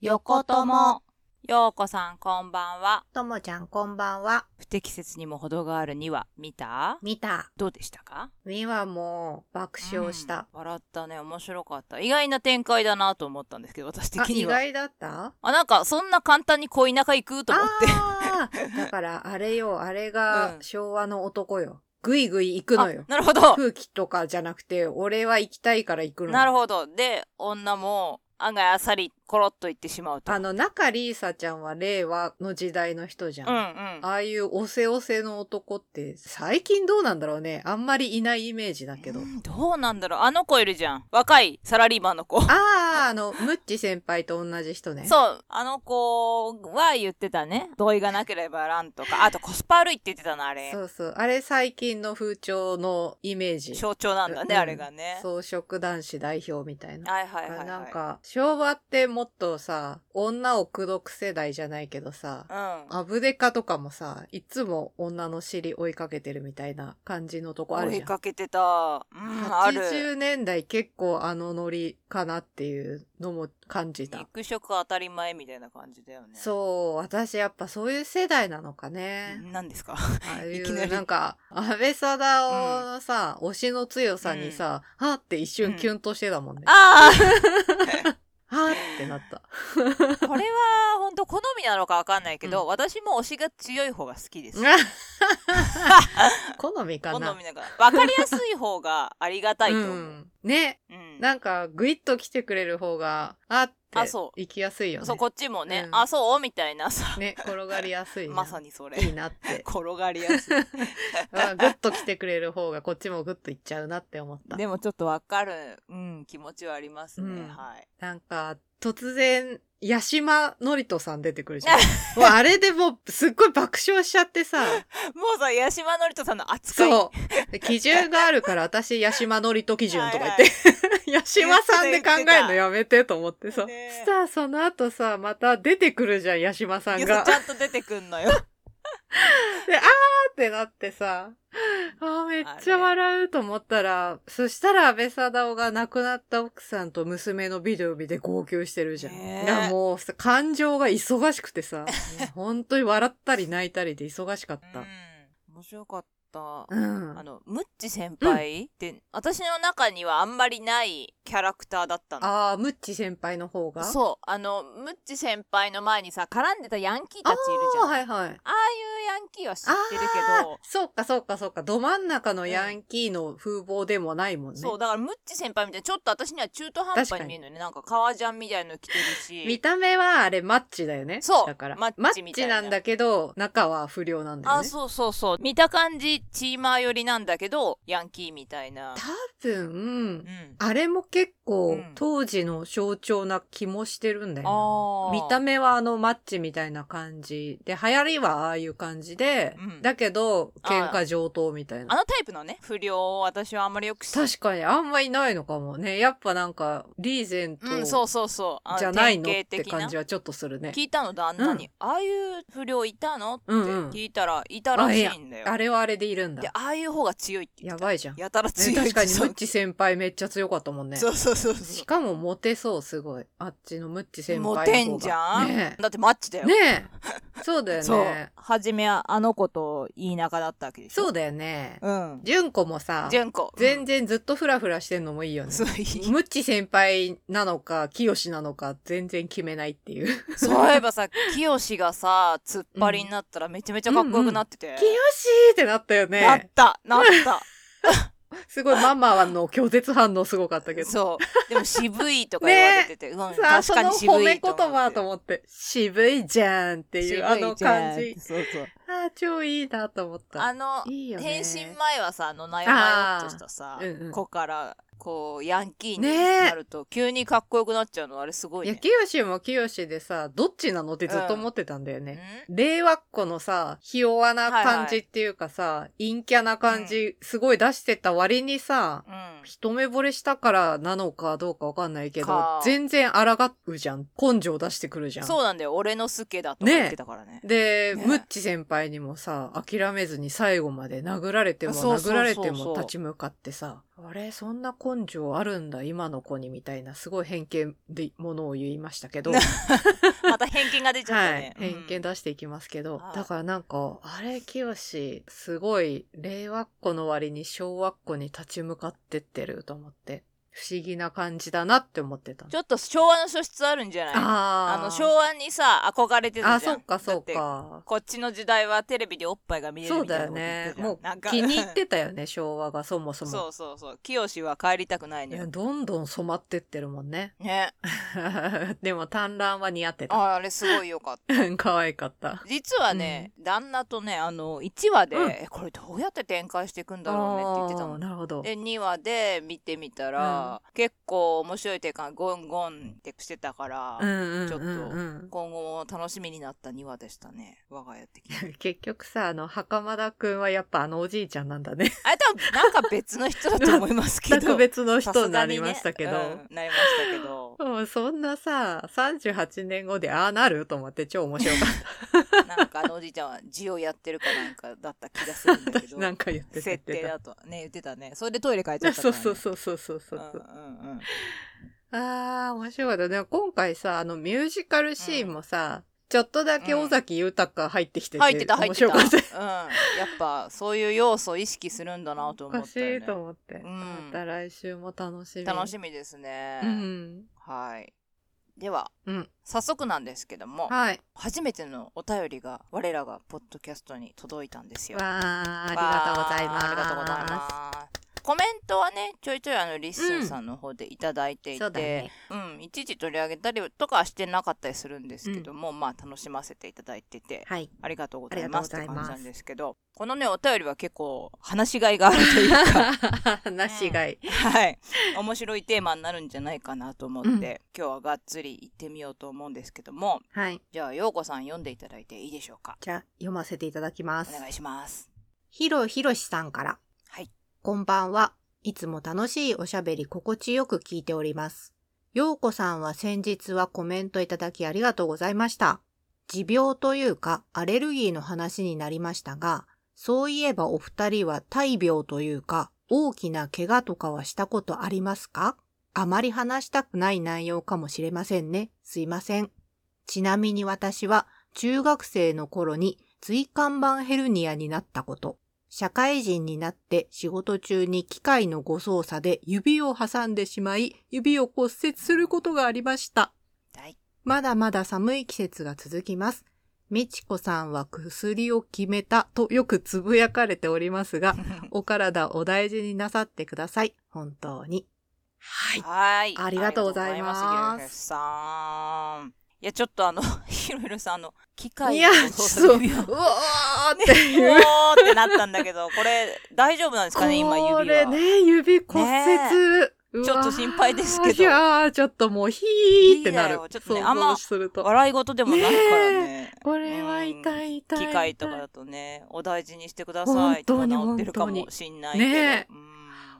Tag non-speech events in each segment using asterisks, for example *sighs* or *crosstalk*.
横友。ようこさんこんばんは。ともちゃんこんばんは。不適切にも程がある2話見た見た。どうでしたかみはもう爆笑した。うん笑ったね。面白かった。意外な展開だなと思ったんですけど、私的あ、に意は。あ外だったなんかそんな簡単に恋仲行くと思って。あーだからあれよ、あれがうん昭和の男よ。ぐいぐい行くのよあ。なるほど。空気とかじゃなくて、俺は行きたいから行くのよ。なるほど。で、女も案外あっさりコロッと行ってしまうと。あの、中里依紗ちゃんは令和の時代の人じゃうんうんん。ああいうおせおせの男って最近どうなんだろうね。あんまりいないイメージだけどう。んどうなんだろうあの子いるじゃん若いサラリーマンの子ああ、あの、ムッチ先輩と同じ人ね。そうあの子は言ってたね同意がなければやらんとかあとコスパ悪いって言ってたなあれそうそう。あれ最近の風潮のイメージ。象徴なんだね、うんあれがね草食男子代表みたいな。はいはいはい、はい、なんか、昭和ってもっとさ、女を口説く世代じゃないけどさ、うんアブデカとかもさ、いつも女の尻追いかけてるみたいな感じのとこある追じいゃん。かけてたうんある80年代結構あのノリかなっていうのも感じた。肉食当たり前みたいな感じだよねそう、私やっぱそういう世代なのかね。何ですかああいいきなう、りなんか、安倍貞夫のさ、推しの強さにさ、はーって一瞬キュンとしてたもんね。あはーってな *laughs* った。あ *laughs* これは本当好みなのかわかんないけど、う私も推しが強い方が好きです好みか好な。みなんか分かりやすい方がありがたいとう思う、ん。ね。うんなんか、ぐいっと来てくれる方が、あって、あそう行きやすいよね。そうこっちもね、うんあそうみたいなさ、 *laughs* ね、転がりやすいな。まさにそれいいなって。転がりやすいあぐっと来てくれる方が、こっちもぐっと行っちゃうなって思った。でもちょっとわかる、うん、気持ちはありますね、うんはいなんか、突然、八島のりとさん出てくる *laughs* じゃん。もうあれでもう、すっごい爆笑しちゃってさ、もうさ八島のりとさんの扱 *laughs* いそう。で基準があるから、私、八島のりと基準とか言っはて、 *laughs* 八島さんで考えるのやめてと思ってさ。ねえさあ、その後さ、また出てくるじゃん、八島さいんやそが。うちゃんと出てくん *laughs* のよってなってさ、あーめっちゃ笑うと思ったら、そしたら安倍貞夫が亡くなった奥さんと娘のビデオ日で号泣してるじゃん。ねえいやもうさ感情が忙しくて *laughs* さ、本当に笑ったり泣いたりで忙しかっうた。ん面白かったうんあ。のムッチ先輩って、私の中にはあんまりないキャラクターだったのああ、ムッチ先輩の方がう。そうあのムッチ先輩の前にさ絡んでたヤンキーたちいるじゃんあ,、はいはい。あいうヤンキーは知ってるけどあーそうかそうかそうか。ど真ん中のヤンキーの風貌でもないもんね。そうだからムッチ先輩みたいなちょっと私には中途半端に見えるのねなんか革ジャンみたいの着てるし見た目はあれマッチだよね。そうだから。マッチみたいなマッチなんだけど、中は不良なんだよね。あそうそうそう見た感じチーマー寄りなんだけどヤンキーみたいな、多分う、ん、あれも結構、うん当時の象徴な気もしてるんだよあな。ー見た目はあのマッチみたいな感じで、流行りはああいう感じで、うんだけど、喧嘩上等みたいあな。のタイプのね不良を私はあんまりよく知確かにあんまいないのかもね。やっぱなんか、リーゼントうんそうそうそうあのじゃないのっ典型て的な感じはちょっとするね。聞いたの旦那に、ああいう不良いたのってうんうん聞いたら、いたらしいんだよあれはあれでいるんであだ。あいう方が強いって言やってばいじゃん。たねやたら強い確かにムそうッチ先輩めっちゃ強かったもんね。そうそうそうそしかもモテそう、すごい。あっちのムッチ先輩の方うモが。テんじゃん、ねえだってマッチだよ、ねえ。そうだよそうね。初めはあの子といい仲だったわけでしょそうだよね。うん純子もさ、純子全然ずっとフラフラしてんのもいいようねん。そういいムッチ先輩なのか、清なのか、全然決めないっていう。そういえばさ、清がさ、突っ張りになったらめちゃめちゃかっこよくなってて。 *laughs* 清ってなったよなっね。た、なった。すごいママはの拒絶反応すごかったけど。そう。でも渋いとか言われてて、うん、確さあ、そかのに渋褒め言いと思って。葉と思って、渋いじゃんっていう、あ渋のいじゃん感じ。そうそう。ああ、超いいなと思った。あの、いいよね。変身前はさ、あの、なやまよっとしたさ、あーうんうん子から、こう、ヤンキーにねえなると、急にかっこよくなっちゃうの、あれすごいいや、ね。清も清でさ、どっちなのってずっと思ってたんだよね。ん令和っ子のさ、ひ弱な感じっていうかさ、陰キャな感じ、すごい出してた割にさ、うん。一目惚れしたからなのかどうかわかんないけどか、全然抗うじゃん。根性出してくるじゃん。そうなんだよ。俺のスケだとか言ってたからね。で、ねムッチ先輩にもさ、諦めずに最後まで殴られてもそうそうそうそ殴うられても立ち向かってさ、あれそんな根性あるんだ今の子にみたいなすごい偏見でものを言いましたけ *laughs* どまた偏見が出ちゃったね。はい、偏見だ。出していきますけど、はいだからなんかあれ清志すごい令和っ子の割に昭和っ子に立ち向かってってると思って不思議な感じだなって思ってたちょっと昭和の素質あるんじゃないああーの、昭和にさ、憧れてたあじゃん。そっかそだってかこっちの時代はテレビでおっぱいが見れるそうみたいだなよことね言ってたじゃんもなんうか気に入ってたよ *laughs* ね昭和がそもそもそうそうそう。清は帰りたくないのいやよ。どんどん染まってってるもんね *laughs* ね。でも単乱は似合ってあたあれすごいよかった。可愛かった実はね、旦那とね、あの、1話で、うんえこれどうやって展開していくんだろうねって言ってたあのー。なるほどで、2話で見てみたら、結構面白い展開、ゴンゴンってしてたから、うんうんうんうんちょっと今後も楽しみになった2話でしたね。我が家的に。 *laughs* 結局さ、あの、袴田くんはやっぱあのおじいちゃんなんだね。あれ多分なんか別の人だと思います *laughs* け全ど。く別の人さすにがなねりましたけど。うんなりました *laughs* けど。もうそんなさ、38年後でああなると思って超面白かっなんかあのおじいちゃんは字をやってるかなんかだった気がするんだた。け私 *laughs* ど。なんか言ってた言っ設て定た。だとね言ってたねそれでトイレ変えちゃったか *laughs* そうらねそうそうそうそうそうう。んうんうんああ、面白かった。でも今回さ、あのミュージカルシーンもさ、ちょっとだけ尾崎豊入ってきてて、入ってた入ってた面白かった。うん、やっぱそういう要素を意識するんだなとお思かっしたよいねと思って。うんまた来週も楽しみ。楽しみですね、うん。はいではうん。早速なんですけどもはい。初めてのお便りが我らがポッドキャストに届いたんですよわあ、ありがとうございます。ありがとうございますコメントはねちょいちょいあのリスンさんの方でいただいていて、そうだね。うん、いちいち取り上げたりとかはしてなかったりするんですけども、まあ楽しませていただいててはい。ありがとうございますあっりがとうて感ございまじすなんですけどこのねお便りは結構話しがいがあるというか *laughs* なしがい。 *laughs* はい面白いテーマになるんじゃないかなと思って、今日はがっつり行ってみようと思うんですけどもはい。じゃあ陽子さん読んでいただいていいでしょうかじゃあ、読ませていただきまおす。願いしますヒロヒロシさんから。はい。こんばんは。いつも楽しいおしゃべり心地よく聞いております。ようこさんは先日はコメントいただきありがとうございました。持病というかアレルギーの話になりましたが、そういえばお二人は大病というか大きな怪我とかはしたことありますかあまり話したくない内容かもしれませんね。すいません。ちなみに私は中学生の頃に椎間板ヘルニアになったこと。社会人になって仕事中に機械の誤操作で指を挟んでしまい、指を骨折することがありました。はいまだまだ寒い季節が続きます。みちこさんは薬を決めたとよくつぶやかれておりますが、お体お大事になさってください。本当に。はい。はいありがとうございますありがとうございますひろひろさんいやちょっとあのひろひろさんあの機械いや、の操作そう、指をうわーっていう。 *laughs* おーってなったんだけど、これ大丈夫なんですかね、今指は。これね、指骨折。ちょっと心配ですけどうわーいやー、ちょっともうヒーってなヒーだるよ。ちょっと想ね像あんますると。笑い事でもなるからね。これは痛い痛い。機械とかだとね、お大事にしてくださ本いと当かに治ってるか本当もにしんないけど。ねえうん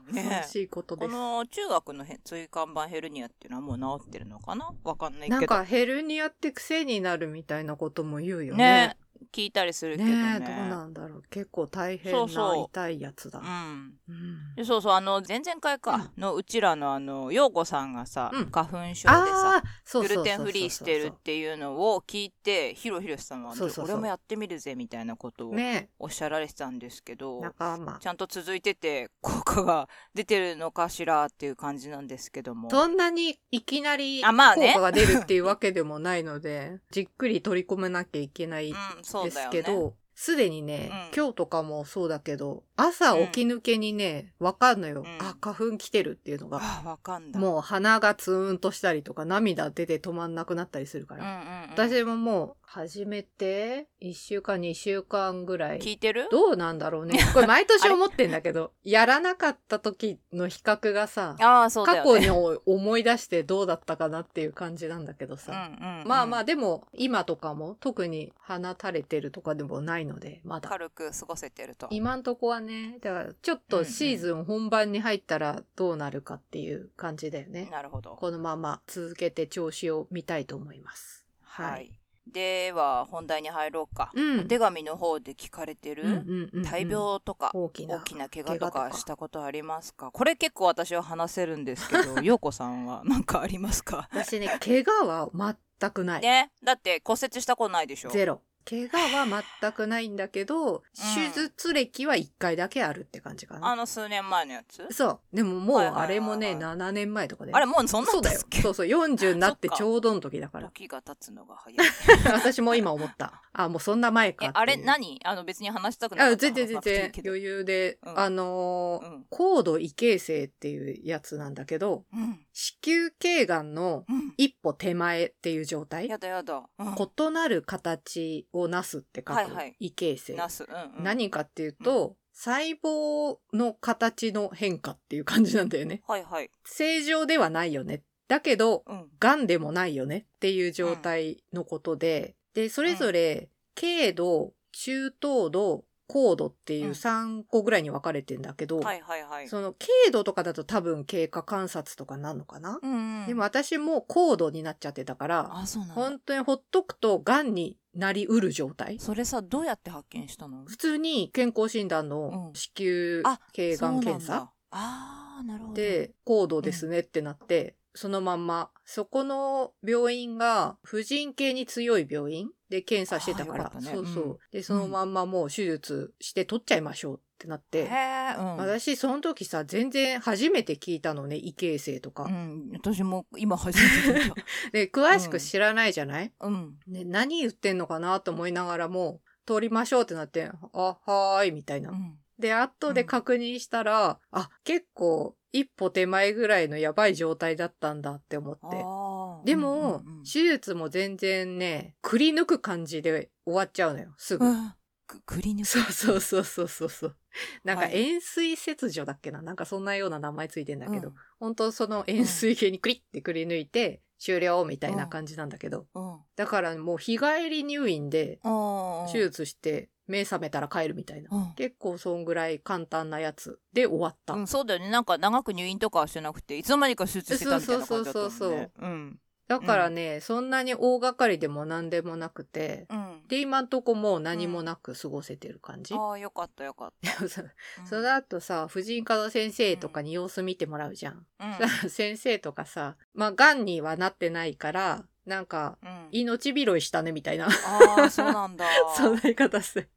恐ねろしいことこです。の中学のへ椎間板ヘルニアっていうのはもう治ってるのかなわかんないけど。なんかヘルニアって癖になるみたいなことも言うよねね。、聞いたりするけどねえ、どね。うなんだろう。結構大変そうなそう痛いやつだ。うん。うんでそうそう、あの、前々回か、のうちらのあの、陽子さんがさ、うん花粉症でさ、ああ、そうグそうそうそうそう。ルテンフリーしてるっていうのを聞いてひろひろさんはそうそうそう俺もやってみるぜみたいなことをねおっしゃられてたんですけえ、ど、仲間ち。ゃんと続いてて効果が出てるのかしらっていう感じなんですけどもそんなにいきなり効あまあね果が出るっていうわけでもないので、 *laughs* じっくり取り込めなきゃいけないうんそうでだすよけねど、すでにね、うん今日とかもそうだけど、朝起き抜けにね、わかんのよ、うんあ、花粉来てるっていうのが。あわかんだう、もう鼻がツーンとしたりとか、涙出て止まんなくなったりするかんうんうら。ん、私ももう、始めて、1週間、2週間ぐらい。聞いてるどうなんだろうね。これ毎年思ってんだけ *laughs* ど、やらなかった時の比較がさ、ああそうだ過よ去ねに思い出してどうだったかなっていう感じなんだけどさ。うんうん、まあまああでも今とかも特に鼻垂れてるとかでもないのでまだ軽く過ごせてると今んとこはねだからちょっとシーズン本番に入ったらどうなるかっていう感じだよね、なるほどこのまま続けて調子を見たいと思いますはい、はいでは本題に入ろうか、うんお手紙の方で聞かれてる、うんうん大病とか、大きな大きな怪我と怪我かとかしたことありますかこれ結構私は話せるんです *laughs* けど陽子さんは何かありますか私ね怪我は全くない、ねだって骨折したことないでしょゼロ怪我は全くないんだけど、手術歴は1回だけあるって感じかあなの数年前のやつそうでももうはいはいはいはいあれもね7年前とかであれもうそんなそんうでだよすっけそうそう40になってそっかちょうどの時だ *laughs* から時が経つの *laughs* が早い私も今思ったあもうそんな前かえっていうあれ何あの別に話したくなかあった全然全然けど余裕で、うんあのーうん高度異形成っていうやつなんだけどうん子宮頸がんのうん一歩手前っていう状態やだやだ、うん、異なる形をなすって書はいくはい異形成、なす、うんうん、何かっていうと、細胞の形の変化っていう感じなんだよねはいはい正常ではないよねだけどうんがんでもないよねっていう状態のことで、でそれぞれ軽度中等度高度っていううん3個ぐらいに分かれてんだけど、はいはいはいその軽度とかだと多分経過観察とかなのかな、うんうんでも私も高度になっちゃってたからあそうなんだ本当にほっとくとがんになりうる状態それさどうやって発見したの普通に健康診断うのん子宮あ頸がん検そうな査んだあーなるほどで高度ですねってなって、そのまんまそこの病院が婦人系に強い病院で検査してたからあーよかったねそうそう、うんでそのまんまもう手術して取っちゃいましょうってなって、へえ、うん、私その時さ全然初めて聞いたのね異形成とか、うん、私も今初めて聞い *laughs* で詳しく知らないじゃない、た。うん。ね、何言ってんのかなと思いながらも取りましょうってなってあはーいみたいなう、ん。で、後で確認したら、あ、結構一歩手前ぐらいのやばい状態だったんだって思って。あーでも、うんうんうん手術も全然ね、くり抜く感じで終わっちゃうのよ、すぐ。うんく、くりぬそうそうそうそうそうそう。なんかはい塩水切除だっけななんかそんなような名前ついてんだけど、うん本当その塩水系にクリってくり抜いて終了みたいな感じなんだけど、うん。だからもう日帰り入院でああ。手術して目覚めたら帰るみたいな。うん。結構そんぐらい簡単なやつで終わった。うん、そうだよね。なんか長く入院とかはしてなくて、いつの間にか手術してたみたいな感じだったもんね。そうそうそううん。だからね、そんなに大掛かりでも何でもなくて、うん。で、今んとこもう何もなく過ごせてる感じ。ああ、よかったよかっ *laughs* た。そううんその後さ、婦人科の先生とかに様子見てもらうじゃん。うん。さ *laughs* 先生とかさ、まあ、癌にはなってないから、なんか、うん、命拾いしたねみたいな、。ああ、そうなんだ *laughs* そんな言い方する。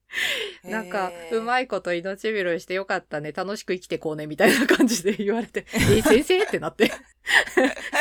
へーなんか、うまいこと命拾いしてよかったね、楽しく生きてこうね、みたいな感じで言われて、 *laughs* え、先生ってなって。 *laughs*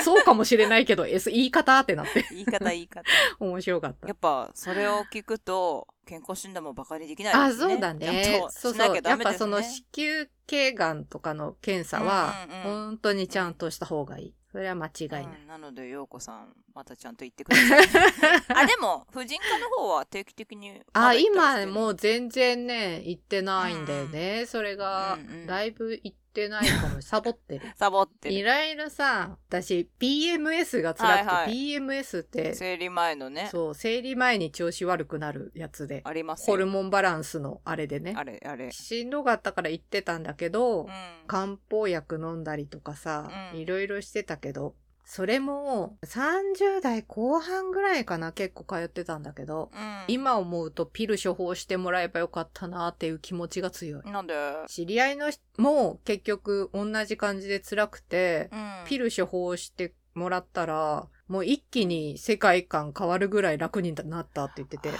そうかもしれないけど、え、言い方ってなって。 *laughs* 言い方言い方。面白かったや。っぱ、それを聞くと、健康診断もバカにできないですね。あ、そうだね。ちゃんとそうしなそう。きゃやダっメでぱすね。その子宮頸がんとかの検査は、うんうんうん本当にちゃんとした方がいい。それは間違いない。うん、なので陽子さんまたちゃんと言ってください、ね、 *laughs* あでも婦人科の方は定期的にあ、今うもう全然ね、行ってないんだよね。それが、うんうんだいぶ行ってないかも。サボってる。サボっているろいろさ、私、PMS が辛くて、はいはい PMS って、生理前のねそう、生理前に調子悪くなるやつで、ありますよホルモンバランスのあれでね。あれあれしんどかったから行ってたんだけど、うん漢方薬飲んだりとかさ、うんいろいろしてたけど、それも30代後半ぐらいかな結構通ってたんだけど、うん今思うとピル処方してもらえばよかったなっていう気持ちが強い。なんで、知り合いの人も結局同じ感じで辛くて、うん、ピル処方してもらったら、もう一気に世界観変わるぐらい楽になったって言ってて。あー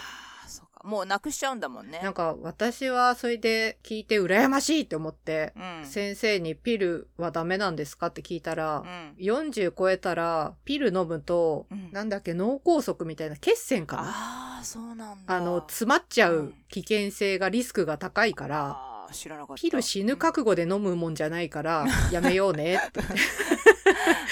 そうかもうなくしちゃうんだもんねなんか私はそれで聞いて羨ましいって思って、うん先生にピルはダメなんですかって聞いたら、うん40超えたらピル飲むと、うんなんだっけ脳梗塞みたいな血栓かなああそうなんだあの詰まっちゃううん危険性がリスクが高いから、あー知らなかったピル死ぬ覚悟で飲むもんじゃないから、やめようね *laughs* って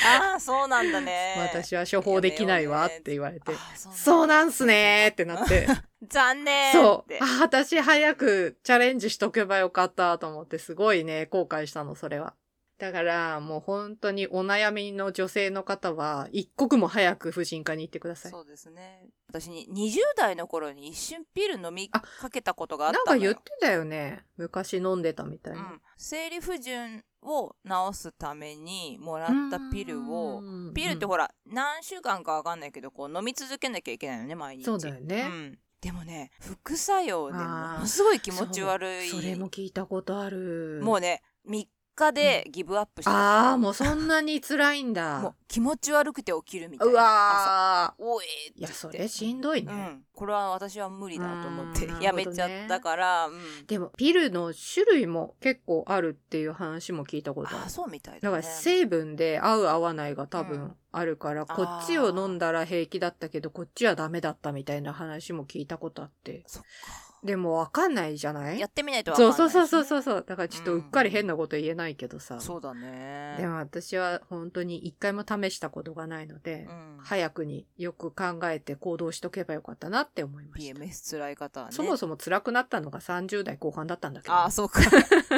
ああそうなんだね私は処方できないわって言われて、あーそうそうなんすねーってな *laughs* って、残念そうって。あ、私早くチャレンジしとけばよかったと思って、すごいね、後悔したの、それは。だから、もう本当にお悩みの女性の方は、一刻も早く婦人科に行ってください。そうですね。私に20代の頃に一瞬ピル飲みかけたことがあっなんたかのよ。言ってたよね。昔飲んでたみたいな。うん。生理不順を治すためにもらったピルを、うん、ピルってうんほら、何週間かわかんないけど、こう飲み続けなきゃいけないのね、毎日。そうだよねうん。でもね、副作用でもあーのすごい気持ち悪い。そうそれも聞いたことある。もうね、3日でギブアップしてああ、もうそんなに辛いんだ。 *laughs* もう気持ち悪くて起きるみたいうな。朝わーおえーっいて言や、ってそれしんどいうね。ん。これは私は無理だと思っうてーん、やめちゃったから、うん。でも、ピルの種類も結構あるっていう話も聞いたことああるあ、。そうみたいだだ、かね。ら成分で合う合わないが多う分んあるから、あーこっちを飲んだら平気だったけど、こっちはダメだったみたいな話も聞いたことあって。そっでもわかんないじゃないやってみないとわかんそなうい、そうそうそうう。そうそう。だからちょっとうっかり変なこと言えないけどさ。そうだね。でも私は本当に一回も試したことがないのでう、ん、早くによく考えて行動しとけばよかったなって思いました。 PMS 辛い方はね。そもそも辛くなったのが30代後半だったんだけど、ああ、そうか。 *laughs*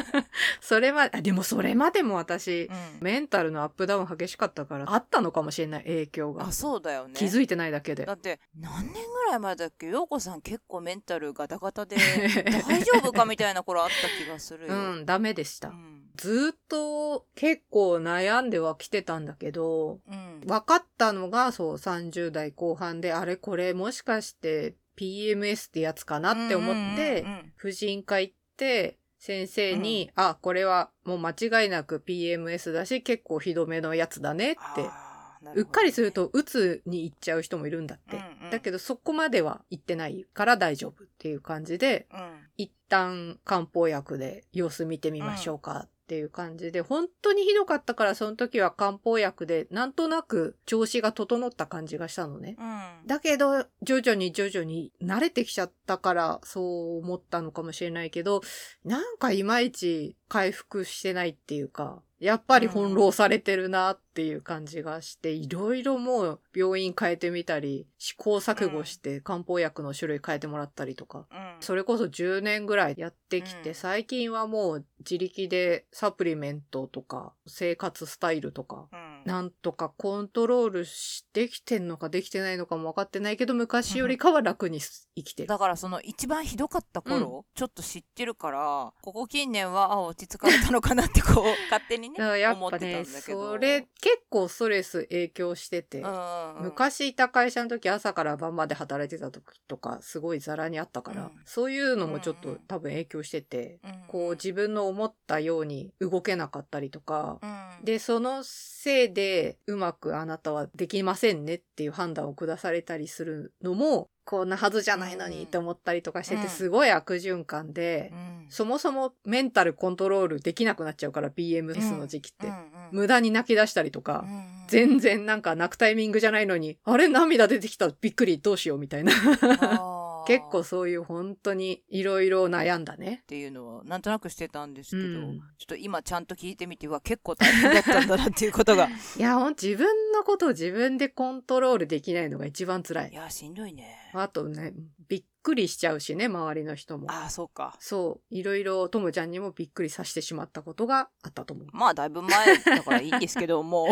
それは、あでもそれまでも私う、ん、メンタルのアップダウン激しかったから、あったのかもしれない影響があ、。そうだよね。気づいてないだけでだ。って、何年ぐらい前だっけようこさん結構メンタルガタガタで、 *laughs* 大丈夫かみたいな頃あった気がするよ。うん、ダメでしたう。ん。ずーっと結構悩んでは来てたんだけど、うん。分かったのがそう30代後半で、あれこれもしかして PMS ってやつかなって思ってうんう、んうん婦人科行って、先生に、あ、これはもう間違いなく PMS だし、結構ひどめのやつだねって。あーなうっるほどねかりすると、うつに行っちゃう人もいるんだって。うんうんだけど、そこまでは行ってないから大丈夫っていう感じで、うん一旦漢方薬で様子見てみましょうかっていう感じで、本当にひどかったからその時は漢方薬でなんとなく調子が整った感じがしたのね。うんだけど、徐々に徐々に慣れてきちゃったからそう思ったのかもしれないけど、なんかいまいち回復してないっていうか、やっぱり翻弄されてるなっていう感じがして、いろいろもう病院変えてみたり、試行錯誤して漢方薬の種類変えてもらったりとか、うんそれこそ10年ぐらいやってきて、うん最近はもう自力でサプリメントとか生活スタイルとか、うんなんとかコントロールしできてんのかできてないのかも分かってないけど、昔よりかは楽にす生きてる。だからその一番ひどかった頃、ちょっと知ってるから、ここ近年は、あ、落ち着かれたのかなっ *laughs* てこう、勝手にね、だからやっ思っぱてたね、んだけど。それ結構ストレス影響してて、うんうん、昔いた会社の時朝から晩まで働いてた時とかすごいザラにあったから、うんそういうのもちょっうんとうん多分影響してて、うんこう自分の思ったように動けなかったりとか、うん、で、そのせいでうまくあなたはできませんねっていう判断を下されたりするのも、こんなはずじゃないのにって思ったりとかしてうて、んすごい悪循環でう、ん、そもそもメンタルコントロールできなくなっちゃうから、BMS の時期っうて。んうん無駄に泣き出したりとかう、んうん全然なんか泣くタイミングじゃないのに、あれ涙出てきた、びっくり、どうしようみたいな。あー *laughs* 結構そういう本当にいろいろ悩んだねっ。ていうのはなんとなくしてたんですけど、うんちょっと今ちゃんと聞いてみては結構大変だったんだなってい *laughs* うことがいや、ほん自分のことを自分でコントロールできないのが一番辛いい。やしんどいねあとね、びっくりしちゃうしね、周りの人も。ああそうかそう、いろいろともちゃんにもびっくりさせてしまったことがあったと思う。まあだいぶ前だからいいんですけ *laughs* どもうい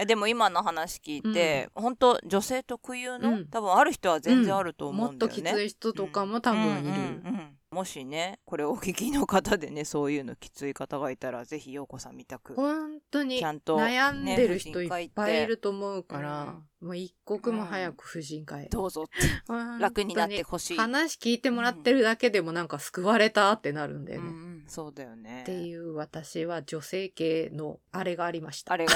やでも今の話聞いて、本当女性特有の、うん多分ある人は全然あるとも思っうんだとよね、きつい人とかも多分いる。うんうんうんうんもしねこれをお聞きの方でねそういうのきつい方がいたらぜひようこさんみたく本当にちゃんと、ね、悩んでる人婦い人科っ行ぱいいると思うから、もう一刻も早く婦人科へ。どうぞって楽になって本ほし当いに話聞いてもらってるだけでもなんか救われたってなるんだよね。うんうんそうだよねっていう私は女性系のあれがありました。あれが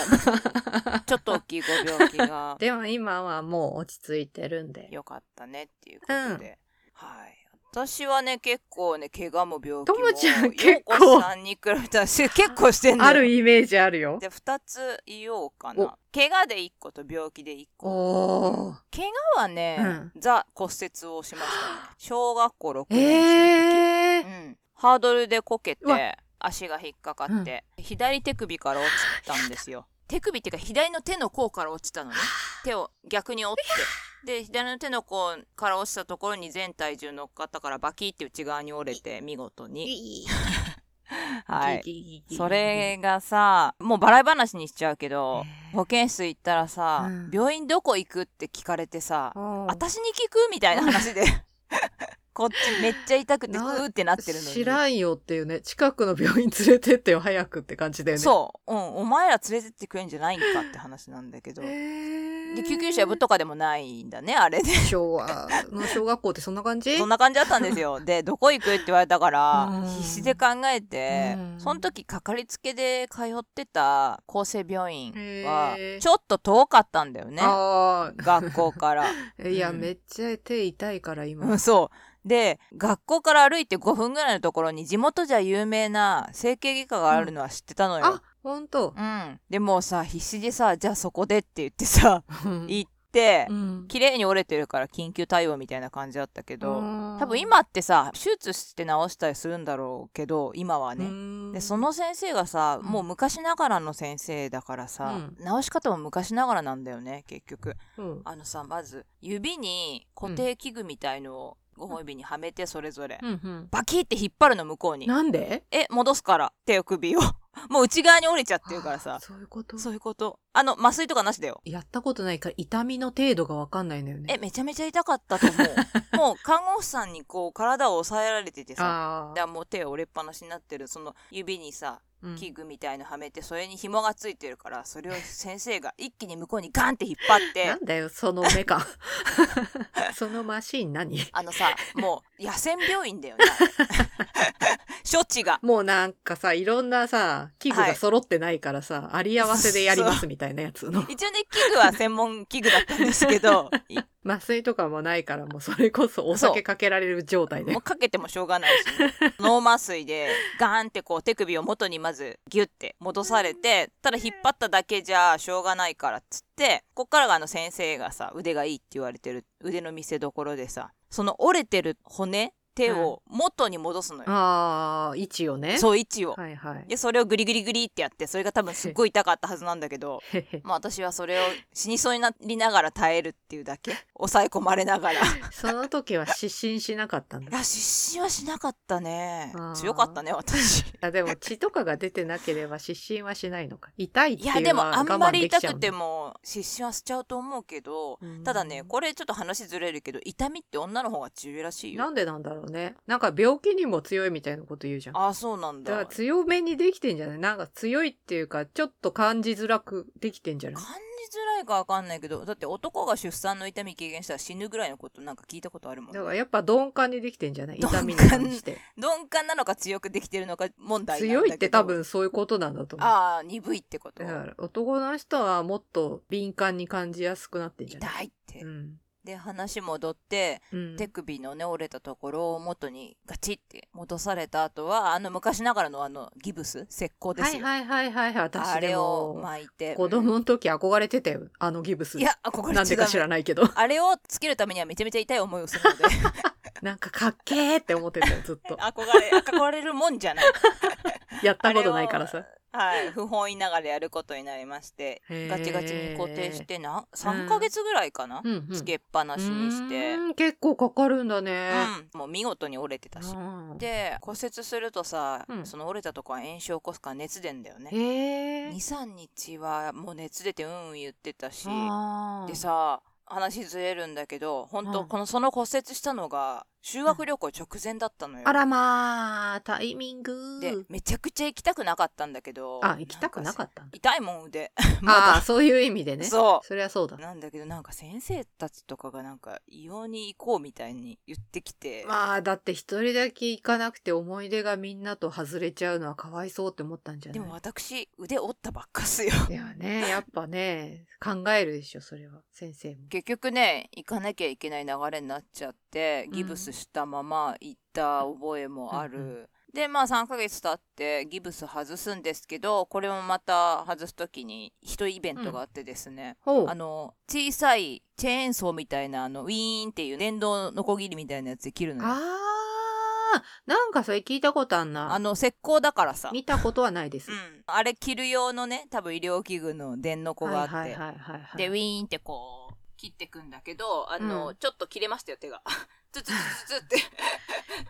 ちょっと大きいご病気 *laughs* がでも今はもう落ち着いてるんで。良かったねっていうことで、うんはい私はね結構ね怪我も病気とももちゃんよう結構こさんに比べたらし結構してんのよあるイメージあるよ。で2つ言おうかおな怪我で1個と病気で1個おー。はね、うんザ骨折をしましたね。小学校6え年生、えうん。ハードルでこけうわて、足が引っかかって、左手首から落ちたんですよ。手首っていうか左の手の甲から落ちたのね。 *sighs* 手を逆に折って。で、左の手の甲から落ちたと *laughs* ころに全体重乗っかったからバキって内側に折れて、見事に。ー。はい。ギリギリギリそれがさ、もう笑い話にしちゃうけど、えー保健室行ったらさ、うん病院どこ行くって聞かれてさ、うん私に聞くみたいな *laughs* 話で、こっちめっちゃ痛くて、うなーってなってるのに。知らんよっていうね近くの病院連れてってよ早くって感じだよねそう、うん、お前ら連れてってくれんじゃないんかって話なんだけど。へで、ー救急車呼ぶとかでもないんだね、あれで。昭和の小学校ってそんな感じそんな感じだったんですよ。で、どこ行くって言われたからうん、必死で考えてう、んその時、かかりつけで通ってた厚生病院はへ、ーちょっと遠かったんだよね。あ学校から。あいや、うんめっちゃ手痛いから今、うんそう。で、学校から歩いて5分ぐらいのところに地元じゃ有名な整形外科があるのは知ってたのよあ。本当うん。でもうさ、必死でさ、じゃあそこでって言ってさ、行ってう、ん綺麗に折れてるから緊急対応みたいな感じだったけど、多多分今ってさ、手術して治したりするんだろうけど、今はね。でその先生がさうんもう昔ながらの先生だからさ、治し方も昔ながらなんだよね結局うんあのさまず指に固定器具みたいのを5本指にはめてそれぞれ、うんうんバキって引っ張るの向こうになんでえ戻すから手を首を *laughs* もう内側に折れちゃってるからあさーそういうことそういうことあの麻酔とかなしだよやったことないから痛みの程度がわかんないんだよねえめちゃめちゃ痛かったと思 *laughs* うもう看護婦さんにこう体を押さえられててさあだからもう手折れっぱなしになってるその指にさーうん器具みたいのはめてそれに紐がついてるからそれを先生が一気に向こうにガンって引っ張っ *laughs* てなんだよその目 *laughs* かそのマシーン何あのさもう野戦病院だよねあれ処置がもうなんかさ、いろんなさ、器具はがい揃ってないからさ、あり合わせでやりますみたいなやつの。一応ね器具は専門器具だったんですけ *laughs* どい麻酔とかもないから、もうそれこそお酒かけられる状態でもう。かけてもしょうがないし、ね、脳麻酔でガンってこう手首を元にまずギュッて戻されてただ引っ張っただけじゃしょうがないからっつってこっからがあの先生がさ腕がいいって言われてる腕の見せどころでさその折れてる骨手を元に戻すのよ、ああ、位置をね。そう位置を、はいはい。でそれをグリグリグリってやってそれが多分すっごい痛かったはずなんだけどへへまあ私はそれを死にそうになりながら耐えるっていう *laughs* だけ抑え込まれながらい *laughs* その時は失神しなかったんだ。や失神はしなかったねあー強かったね私あでも血とかが出てなければ失神はしないのか。痛いって *laughs* いいうのやはでもあんま我慢りでき痛ちゃうくてんだも失神はしちゃうと思うけどうんただねこれちょっと話ずれるけど痛みって女の方が強いらしいなよんでなんだろうね。なんか病気にも強いみたいなこと言うじゃん。ああそうなんだかだら強めにできてんじゃないなんか強いっていうか、ちょっと感じづらくできてんじゃない感じづらいかわかんないけどだって男が出産の痛み経験したら死ぬぐらいのことなんか聞いたことあるもんねだからやっぱ鈍感にできてんじゃない鈍痛感みに関して。鈍感なのか強くできてるのか問題なんだけど強いって多分そういうことなんだと思う。ああ鈍いってことだから男の人はもっと敏感に感じやすくなってんじゃない痛いって、うん。で話戻って、うん。手首のね折れたところを元にガチって戻された後はあの昔ながらのあのギブス石膏ではすいよ、はいはいはいはい。私あれでをも、巻いて子供の時憧れてたよ。あのギブス。いやあここなんでか知らないけど。 *laughs* あれをつけるためにはめちゃめちゃ痛い思いをするのでなんかかっけーって思ってたよ、ずっ *laughs* と。憧れ憧れるもんじゃないやったことないからさ。はい不本意ながらやることになりましてへーガチガチに固定してな3ヶ月ぐらいかな、うんうんつけっぱなしにしてうーん結構かかるんだね。うん、もう見事に折れてたしうんで骨折するとさ、うんその折れたとこは炎症を起こすから熱出んだよねへえ。 23日はもう熱出てうんうん言ってたしあーでさ話ずれるんだけど本当、うんこのその骨折したのが修学旅行直前だったのよ、あらまあ、タイミング。でめちゃくちゃ行きたくなかったんだけどあ、行きたくなかっったんだ。痛いもん腕ああ *laughs* まー、そういう意味でだ、ね。そそりゃそうだう。なんだけどなんか先生たちとかがなんか異様に行こうみたいに言ってきて、まあ、だって一人だけ行かなくて思い出がみんなと外れちゃうのはかわいそうって思ったんじゃなでいも私腕折ったばっかっすよではね、やっぱね、考えるでしょ、それは。先生も。結局ね行かなきゃいけない流れになっちゃってうんギブスしたまま行った覚えもある、うんうでまあ3ヶ月経ってギブス外すんですけどこれもまた外す時に一イベントがあってですね、ほう。あの小さいチェーンソーみたいなあのウィーンっていう電動のこぎりみたいなやつで切るのよああー、なんかそれ聞いたことあんな。の石膏だからさ、う見たことはないです。ん、あれ切る用のね多分医療器具の電のこがあって、はいはいはいはい。で、ウィーンってこう、切ってくんだけど、あの、うん *laughs* ちょっと切れましたよ、手が。ツツツツツって。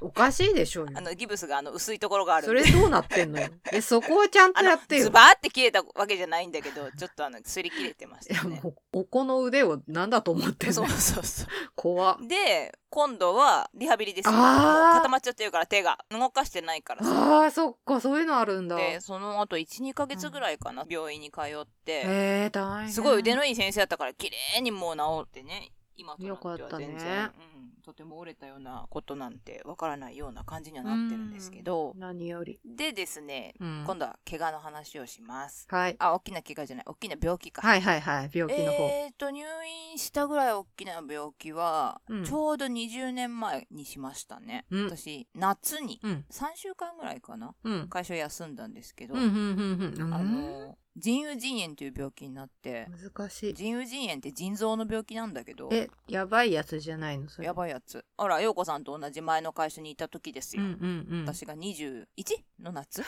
おかしいでしょうよあ。のギブスがあの薄いところがあるんそでれどうなってん *laughs* のよ。え、そこはちゃんとあやのってよ。ズバーって切れたわけじゃないんだけ *laughs* どちょっとあの擦り切れてましいやたねもう、おこの腕をなんだと思ってんそのうそうそう怖っで今度はリハビリですよもうあー固まっちゃってるから手が動かしてないからさああ、そっか、そういうのあるんだ。でへその後12ヶ月ぐらいかな、病院に通ってえ、大変。すごい腕のいい先生だったから綺麗にもう治ってね今となってはよかったね全然、うん、とても折れたようなことなんてわからないような感じにはなってるんですけど、何より。でですねうん今度は怪我の話をしますはい。あ大きな怪我じゃない大きな病気か、はいはいはい、病気の方。えっ、と入院したぐらい大きな病気は、うんちょうど20年前にしましたね、うん私夏にうん、 3週間ぐらいかなうん。会社休んだんですけど、うん、うん、うん、うん。あの腎盂腎炎という病気になって難しい。腎盂腎炎って腎臓の病気なんだけどえ、やばいやつじゃないのそれ。やばいやつあら陽子さんと同じ前の会社にいた時ですうよ、ん、うん、私が 21? の夏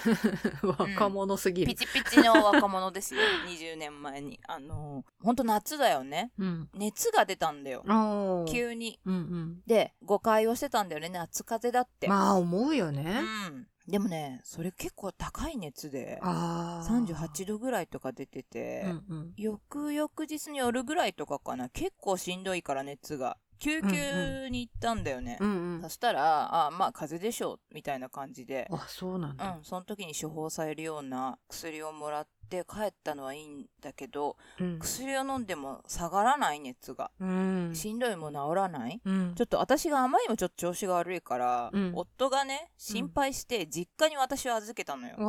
うん。 *laughs* 若者すぎピる。チピチの若者ですよ20年 *laughs* 前にあのほんと夏だよねうん。熱が出たんだよああ。急にうん、うん。で誤解をしてたんだよね夏風邪だって、まあ、思うようね。ん、でもねそれ結構高い熱でああ。 38度ぐらいとか出てて、うん、うん。翌々日の夜ぐらいとかかな結構しんどいから熱が救急に行ったんだよね、うん、うんそ。したらあまあ風邪でしょうみたいな感じであ、そうなんうだ。んその時に処方されるような薬をもらって帰ったのはいいんだけどうん。薬を飲んでも下がらない熱がうん。しんどいも治らないうんちょっと私があまりにもちょっと調子が悪いから、うん夫がね心配して実家に私を預けたのよ、あ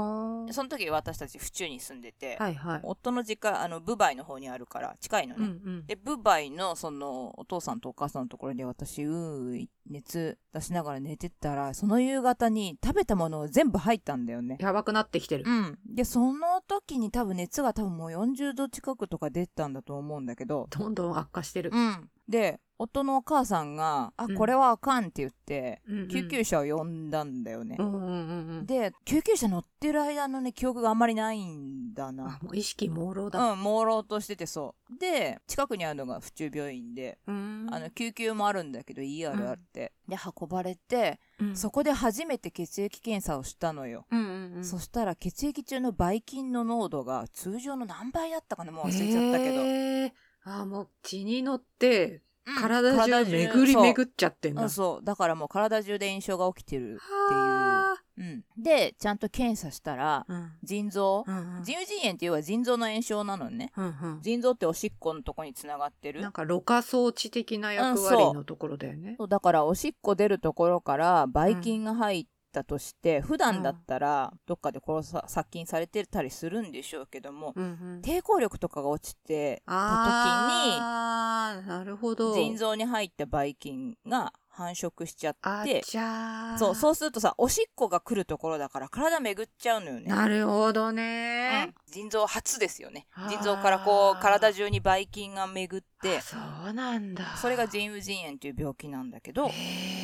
ーその時私たち府中に住んでて、はいはい。夫の実家あのブバイの方にあるから近いのうんね、うん。でブバイのそのお父さんとお母さんのところで私うーい熱出しながら寝てたらその夕方に食べたものを全部入ったんだよねやばくなってきてるう。ん、でその時に多分熱が多分もう40度近くとか出たんだと思うんだけどどんどん悪化してるう。ん、で夫のお母さんが「あうんこれはあかん」って言って、うんうん救急車を呼んだんだよね、うんうんうんうん。で救急車乗ってる間のね記憶があんまりないんだあな、もう意識朦朧うだ。ん朦朧としててそうで近くにあるのが府中病院で、うんあの救急もあるんだけど ER あって、で運ばれて、うんそこで初めて血液検査をしたのよ、うんうんうん。そしたら血液中のばい菌の濃度が通常の何倍だったかなもう忘れちゃったけど、へーあーもう血に乗ってうん体中巡り巡っちゃってんうだ。ん、そう。だからもう体中で炎症が起きてる。はうん。で、ちゃんと検査したら、ーうん腎臓う、んうん腎盂腎炎っていうのは腎臓の炎症なのね。うん腎臓っておしっこのとこにつながってうんる。なんかろ過装置的な役うんそ割うのところだよね。そうだから、おしっこ出るところから、ばい菌が入ったとして、普段だったら、どっかで殺さ、殺菌されてたりするんでしょうけども、うんうん抵抗力とかが落ちてたああ、なるほ時ど。に、腎臓に入ったばい菌が繁殖しちゃっあて、ちゃーそう、そうするとさ、おしっこが来るところだから、体巡っちゃうのよね。なるほどうねん。腎臓初ですよねあー腎臓からこう体中にばい菌が巡ってあそうなんだ。それが腎盂腎炎という病気なんだけどへ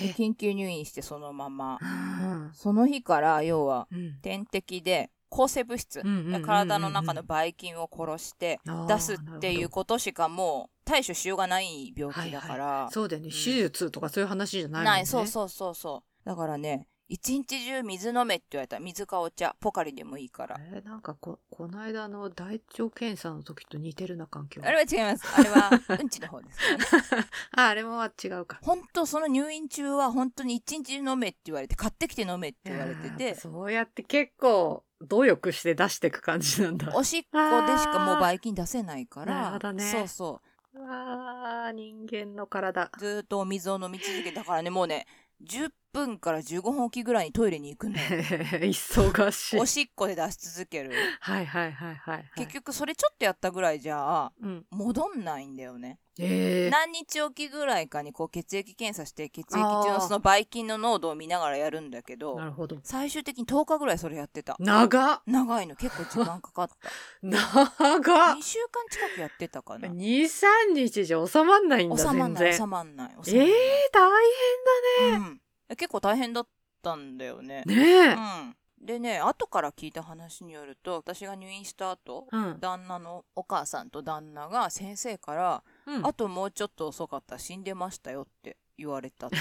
で緊急入院してそのままーその日から要はうん点滴で抗生物質うんうんうんうんうん体の中のばい菌を殺してあー出すっていうことしかもう対処しようがない病気だかはいはらいそうだよね。手術とかそういう話じゃないもんね。ないそうそうそうそうだからね一日中水飲めって言われた水かお茶ポカリでもいいからえーなんかこ、この間の大腸検査の時と似てるな、環境。あれは違いますあれはうんちの方ですからね *laughs* あ、あれも違うか。本当その入院中は本当に一日飲めって言われて買ってきて飲めって言われていやてーそうやって結構、努力して出してく感じなんだ。おしっこでしかもうばい菌出せないかなるらほどねそうそうわー、人間の体う。ずーっとお水を飲み続けたからねもうね10分から15分おきぐらいにトイレに *laughs* 行くのよ忙しいお。しっこで出し続けるはいはいはいはい。結、局それちょっとやったぐらいじゃうん。戻んないんだよねえー、何日おきぐらいかにこう血液検査して血液中のそのばい菌の濃度を見ながらやるんだけどなるほど。最終的に10日ぐらいそれやってた長っ長いの結構時間かかった *laughs* 長っ2週間近くやってたかな !2、3日じゃ収まんないんだ、収ま全んない然。収まんないえー、大えうん、結構大変だったんだよね、変ねえ。うん、でね後から聞いた話によると私が入院した後うん。旦那のお母さんと旦那が先生から、うん *laughs* あともうちょっと遅かったら死んでましたよって言われたって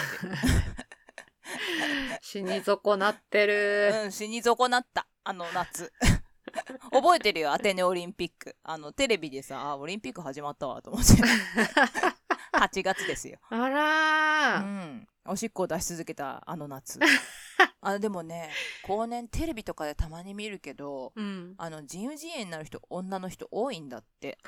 死に損なってる。うん、死に損なった。あの夏。 *laughs* 覚えてるよ、アテネオリンピック。あの、テレビでさ、あ、オリンピック始まったわ、と *laughs* 思って。8月ですよ。あうらー。ん。おしっこを出し続けた、あ *laughs* の夏。あ、でもね、後年テレビとかでたまに見るけど、うん。あの、自由自営になる人、女の人多いんだって。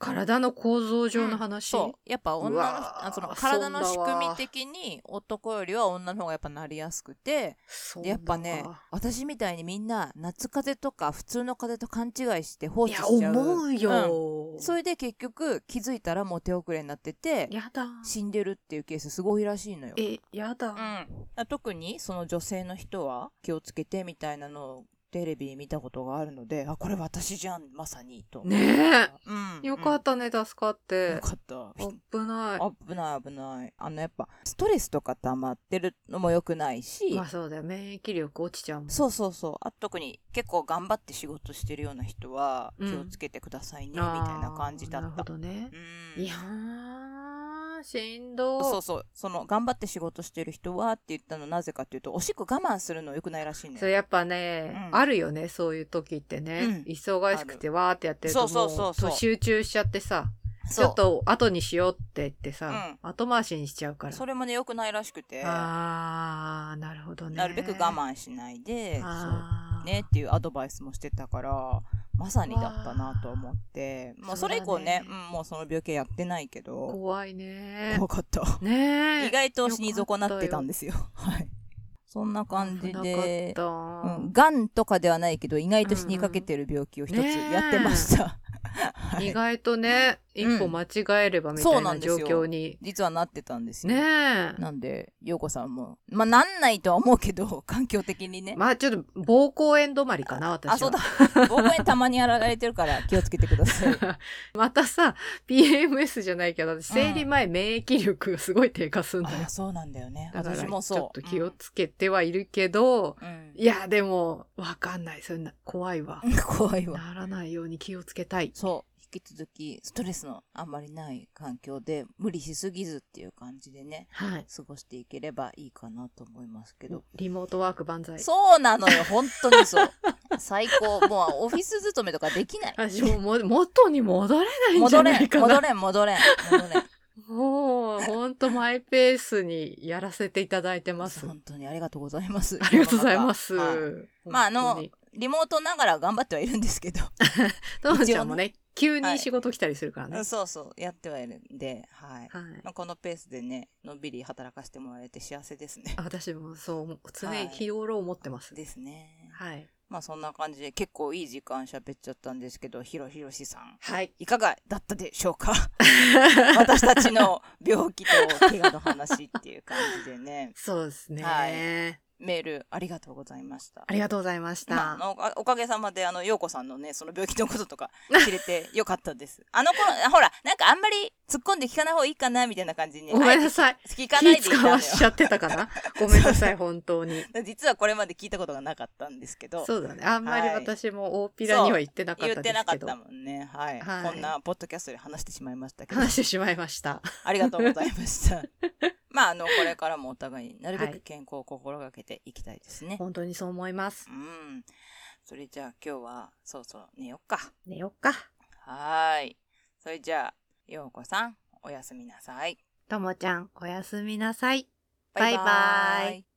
体の構造上の話、そう。やっぱ女うの、わーあその体の仕そんな組わみ的に男よりは女の方がやっぱなりやすくて、そうでやっぱなんねだ私みたいにみんな夏風邪とか普通の風邪と勘違いして放い置や、しちゃう思うよ。うんそれで結局気づいたらもう手遅れになっててやだ。死んでるっていうケースすごいらしいのよ、え、やだ。うん、特にその女性の人は気をつけてみたいなのをテレビに見たことがあるのであこれ私じゃんまさにと、ねうん、え。よかっったね、助かってよ。かった危ない。危ない危ないあのやっぱストレスとか溜まってるのも良くないし、まあそうだよ。免疫力落ちちゃうもん。そうそうそうあ特に結構頑張って仕事してるような人はうん気をつけてくださいね、みたいな感じだあーなっるほた、どね。うん、いやー、しんどそうそうその頑張って仕事してる人はって言ったのなぜかっていうとおしっこ我慢するの良くないらしいねそれやっぱね、うんあるよね、そういう時ってね。うん忙しくてわーってやってるともうそうそうそうそうと集中しちゃってさ、ちそうょっと後にしようって言ってさ、後回しにしちゃうから。それもね良くないらしくてなあー、なるほどね。るべく我慢しないでそあうーねっていうアドバイスもしてたからまさにだったなと思ってまあそそうだねれ以降ねうん、もうその病気やってないけど怖いね。怖かったねえ。意外と死に損なってたんですよはいそんな感じで危なうかったん、がんとかではないけど意外と死にかけてる病気を一つやってました、はい意外とね、うん一歩間違えればみたそいうななんで状すよ況に。 *laughs* 実はなってたんですよ。ねえ。なんで、陽子さんも、まあ、なんないとは思うけど、環境的にね。まあちょっと膀胱炎止まりかな、私は。あ、そうだ。僕にたまにやられてる *laughs* から気をつけてください。 *laughs* またさ、PMS じゃないけど、私生理前免疫力がすごい低下するんだよあ、。そうなんだよね。だから、私ちょもっそう。と気をつけてはいるけど、うん。いや、でも、わかんない。そんな、怖いわう。ん怖いわ。ならないように気をつけたい。そう。引き続き、ストレスのあんまりない環境で、無理しすぎずっていう感じでね、はい。過ごしていければいいかなと思いますけど。リモートワーク万歳。そうなのよ、本当にそう。最高。もう、オフィス勤めとかできない。私ももう元に戻れ *laughs* ないんじ戻ゃれ、なんいかな戻。れん、戻れん、戻れん。もう、ほんとマイペースにやらせていただいて *laughs* ます。本当にありがとうございます。ありがとうございます。世の中はいまああの本当に、リモートながら頑張ってはいるんですけど、ともちゃんもね、急に仕事来たりするからね。そうそう、やってはいるんで、はい。はいまあ、このペースでね、のんびり働かせてもらえて幸せですね。私もそう思う、常はにい日頃思ってます。ですね。はい。まあそんな感じで結構いい時間喋っちゃったんですけど、ひろひろしさん。はい。いかがだったでしょうか *laughs* 私たちの病気と怪我の話っていう感じで *laughs* ね、 *laughs* そうですね、はいメールありがとうございましたあ。りがとうございましまあた。あのあおかげさまであの陽子さんのねその病気のことと *laughs* か知れてよかったですあの頃あほらなんかあんまり突っ込んで聞かない方がいいかなみたいな感じにごめんあえなさい。て聞かないで気いた使のよわしちゃってたか *laughs* なごめんなさい、本当に。実はこれまで聞いたことがなかったんですけどそうだね。あんまりはい私も大っぴらには言ってなかっ言たっでてすなかけっど。たもんねはい、はいこんなポッドキャストで話してしまいましたけど話してしまいました。ありがとうございました *laughs* まああのこれからもお互いになるべはいく健康を心がけていきたいですね、本当にそう思います。うんそれじゃあ今日はそうそう寝よっか寝よっか。はーい。それじゃあ、ようこさん、おやすみなさい。ともちゃん、おやすみなさい。バイバイーイ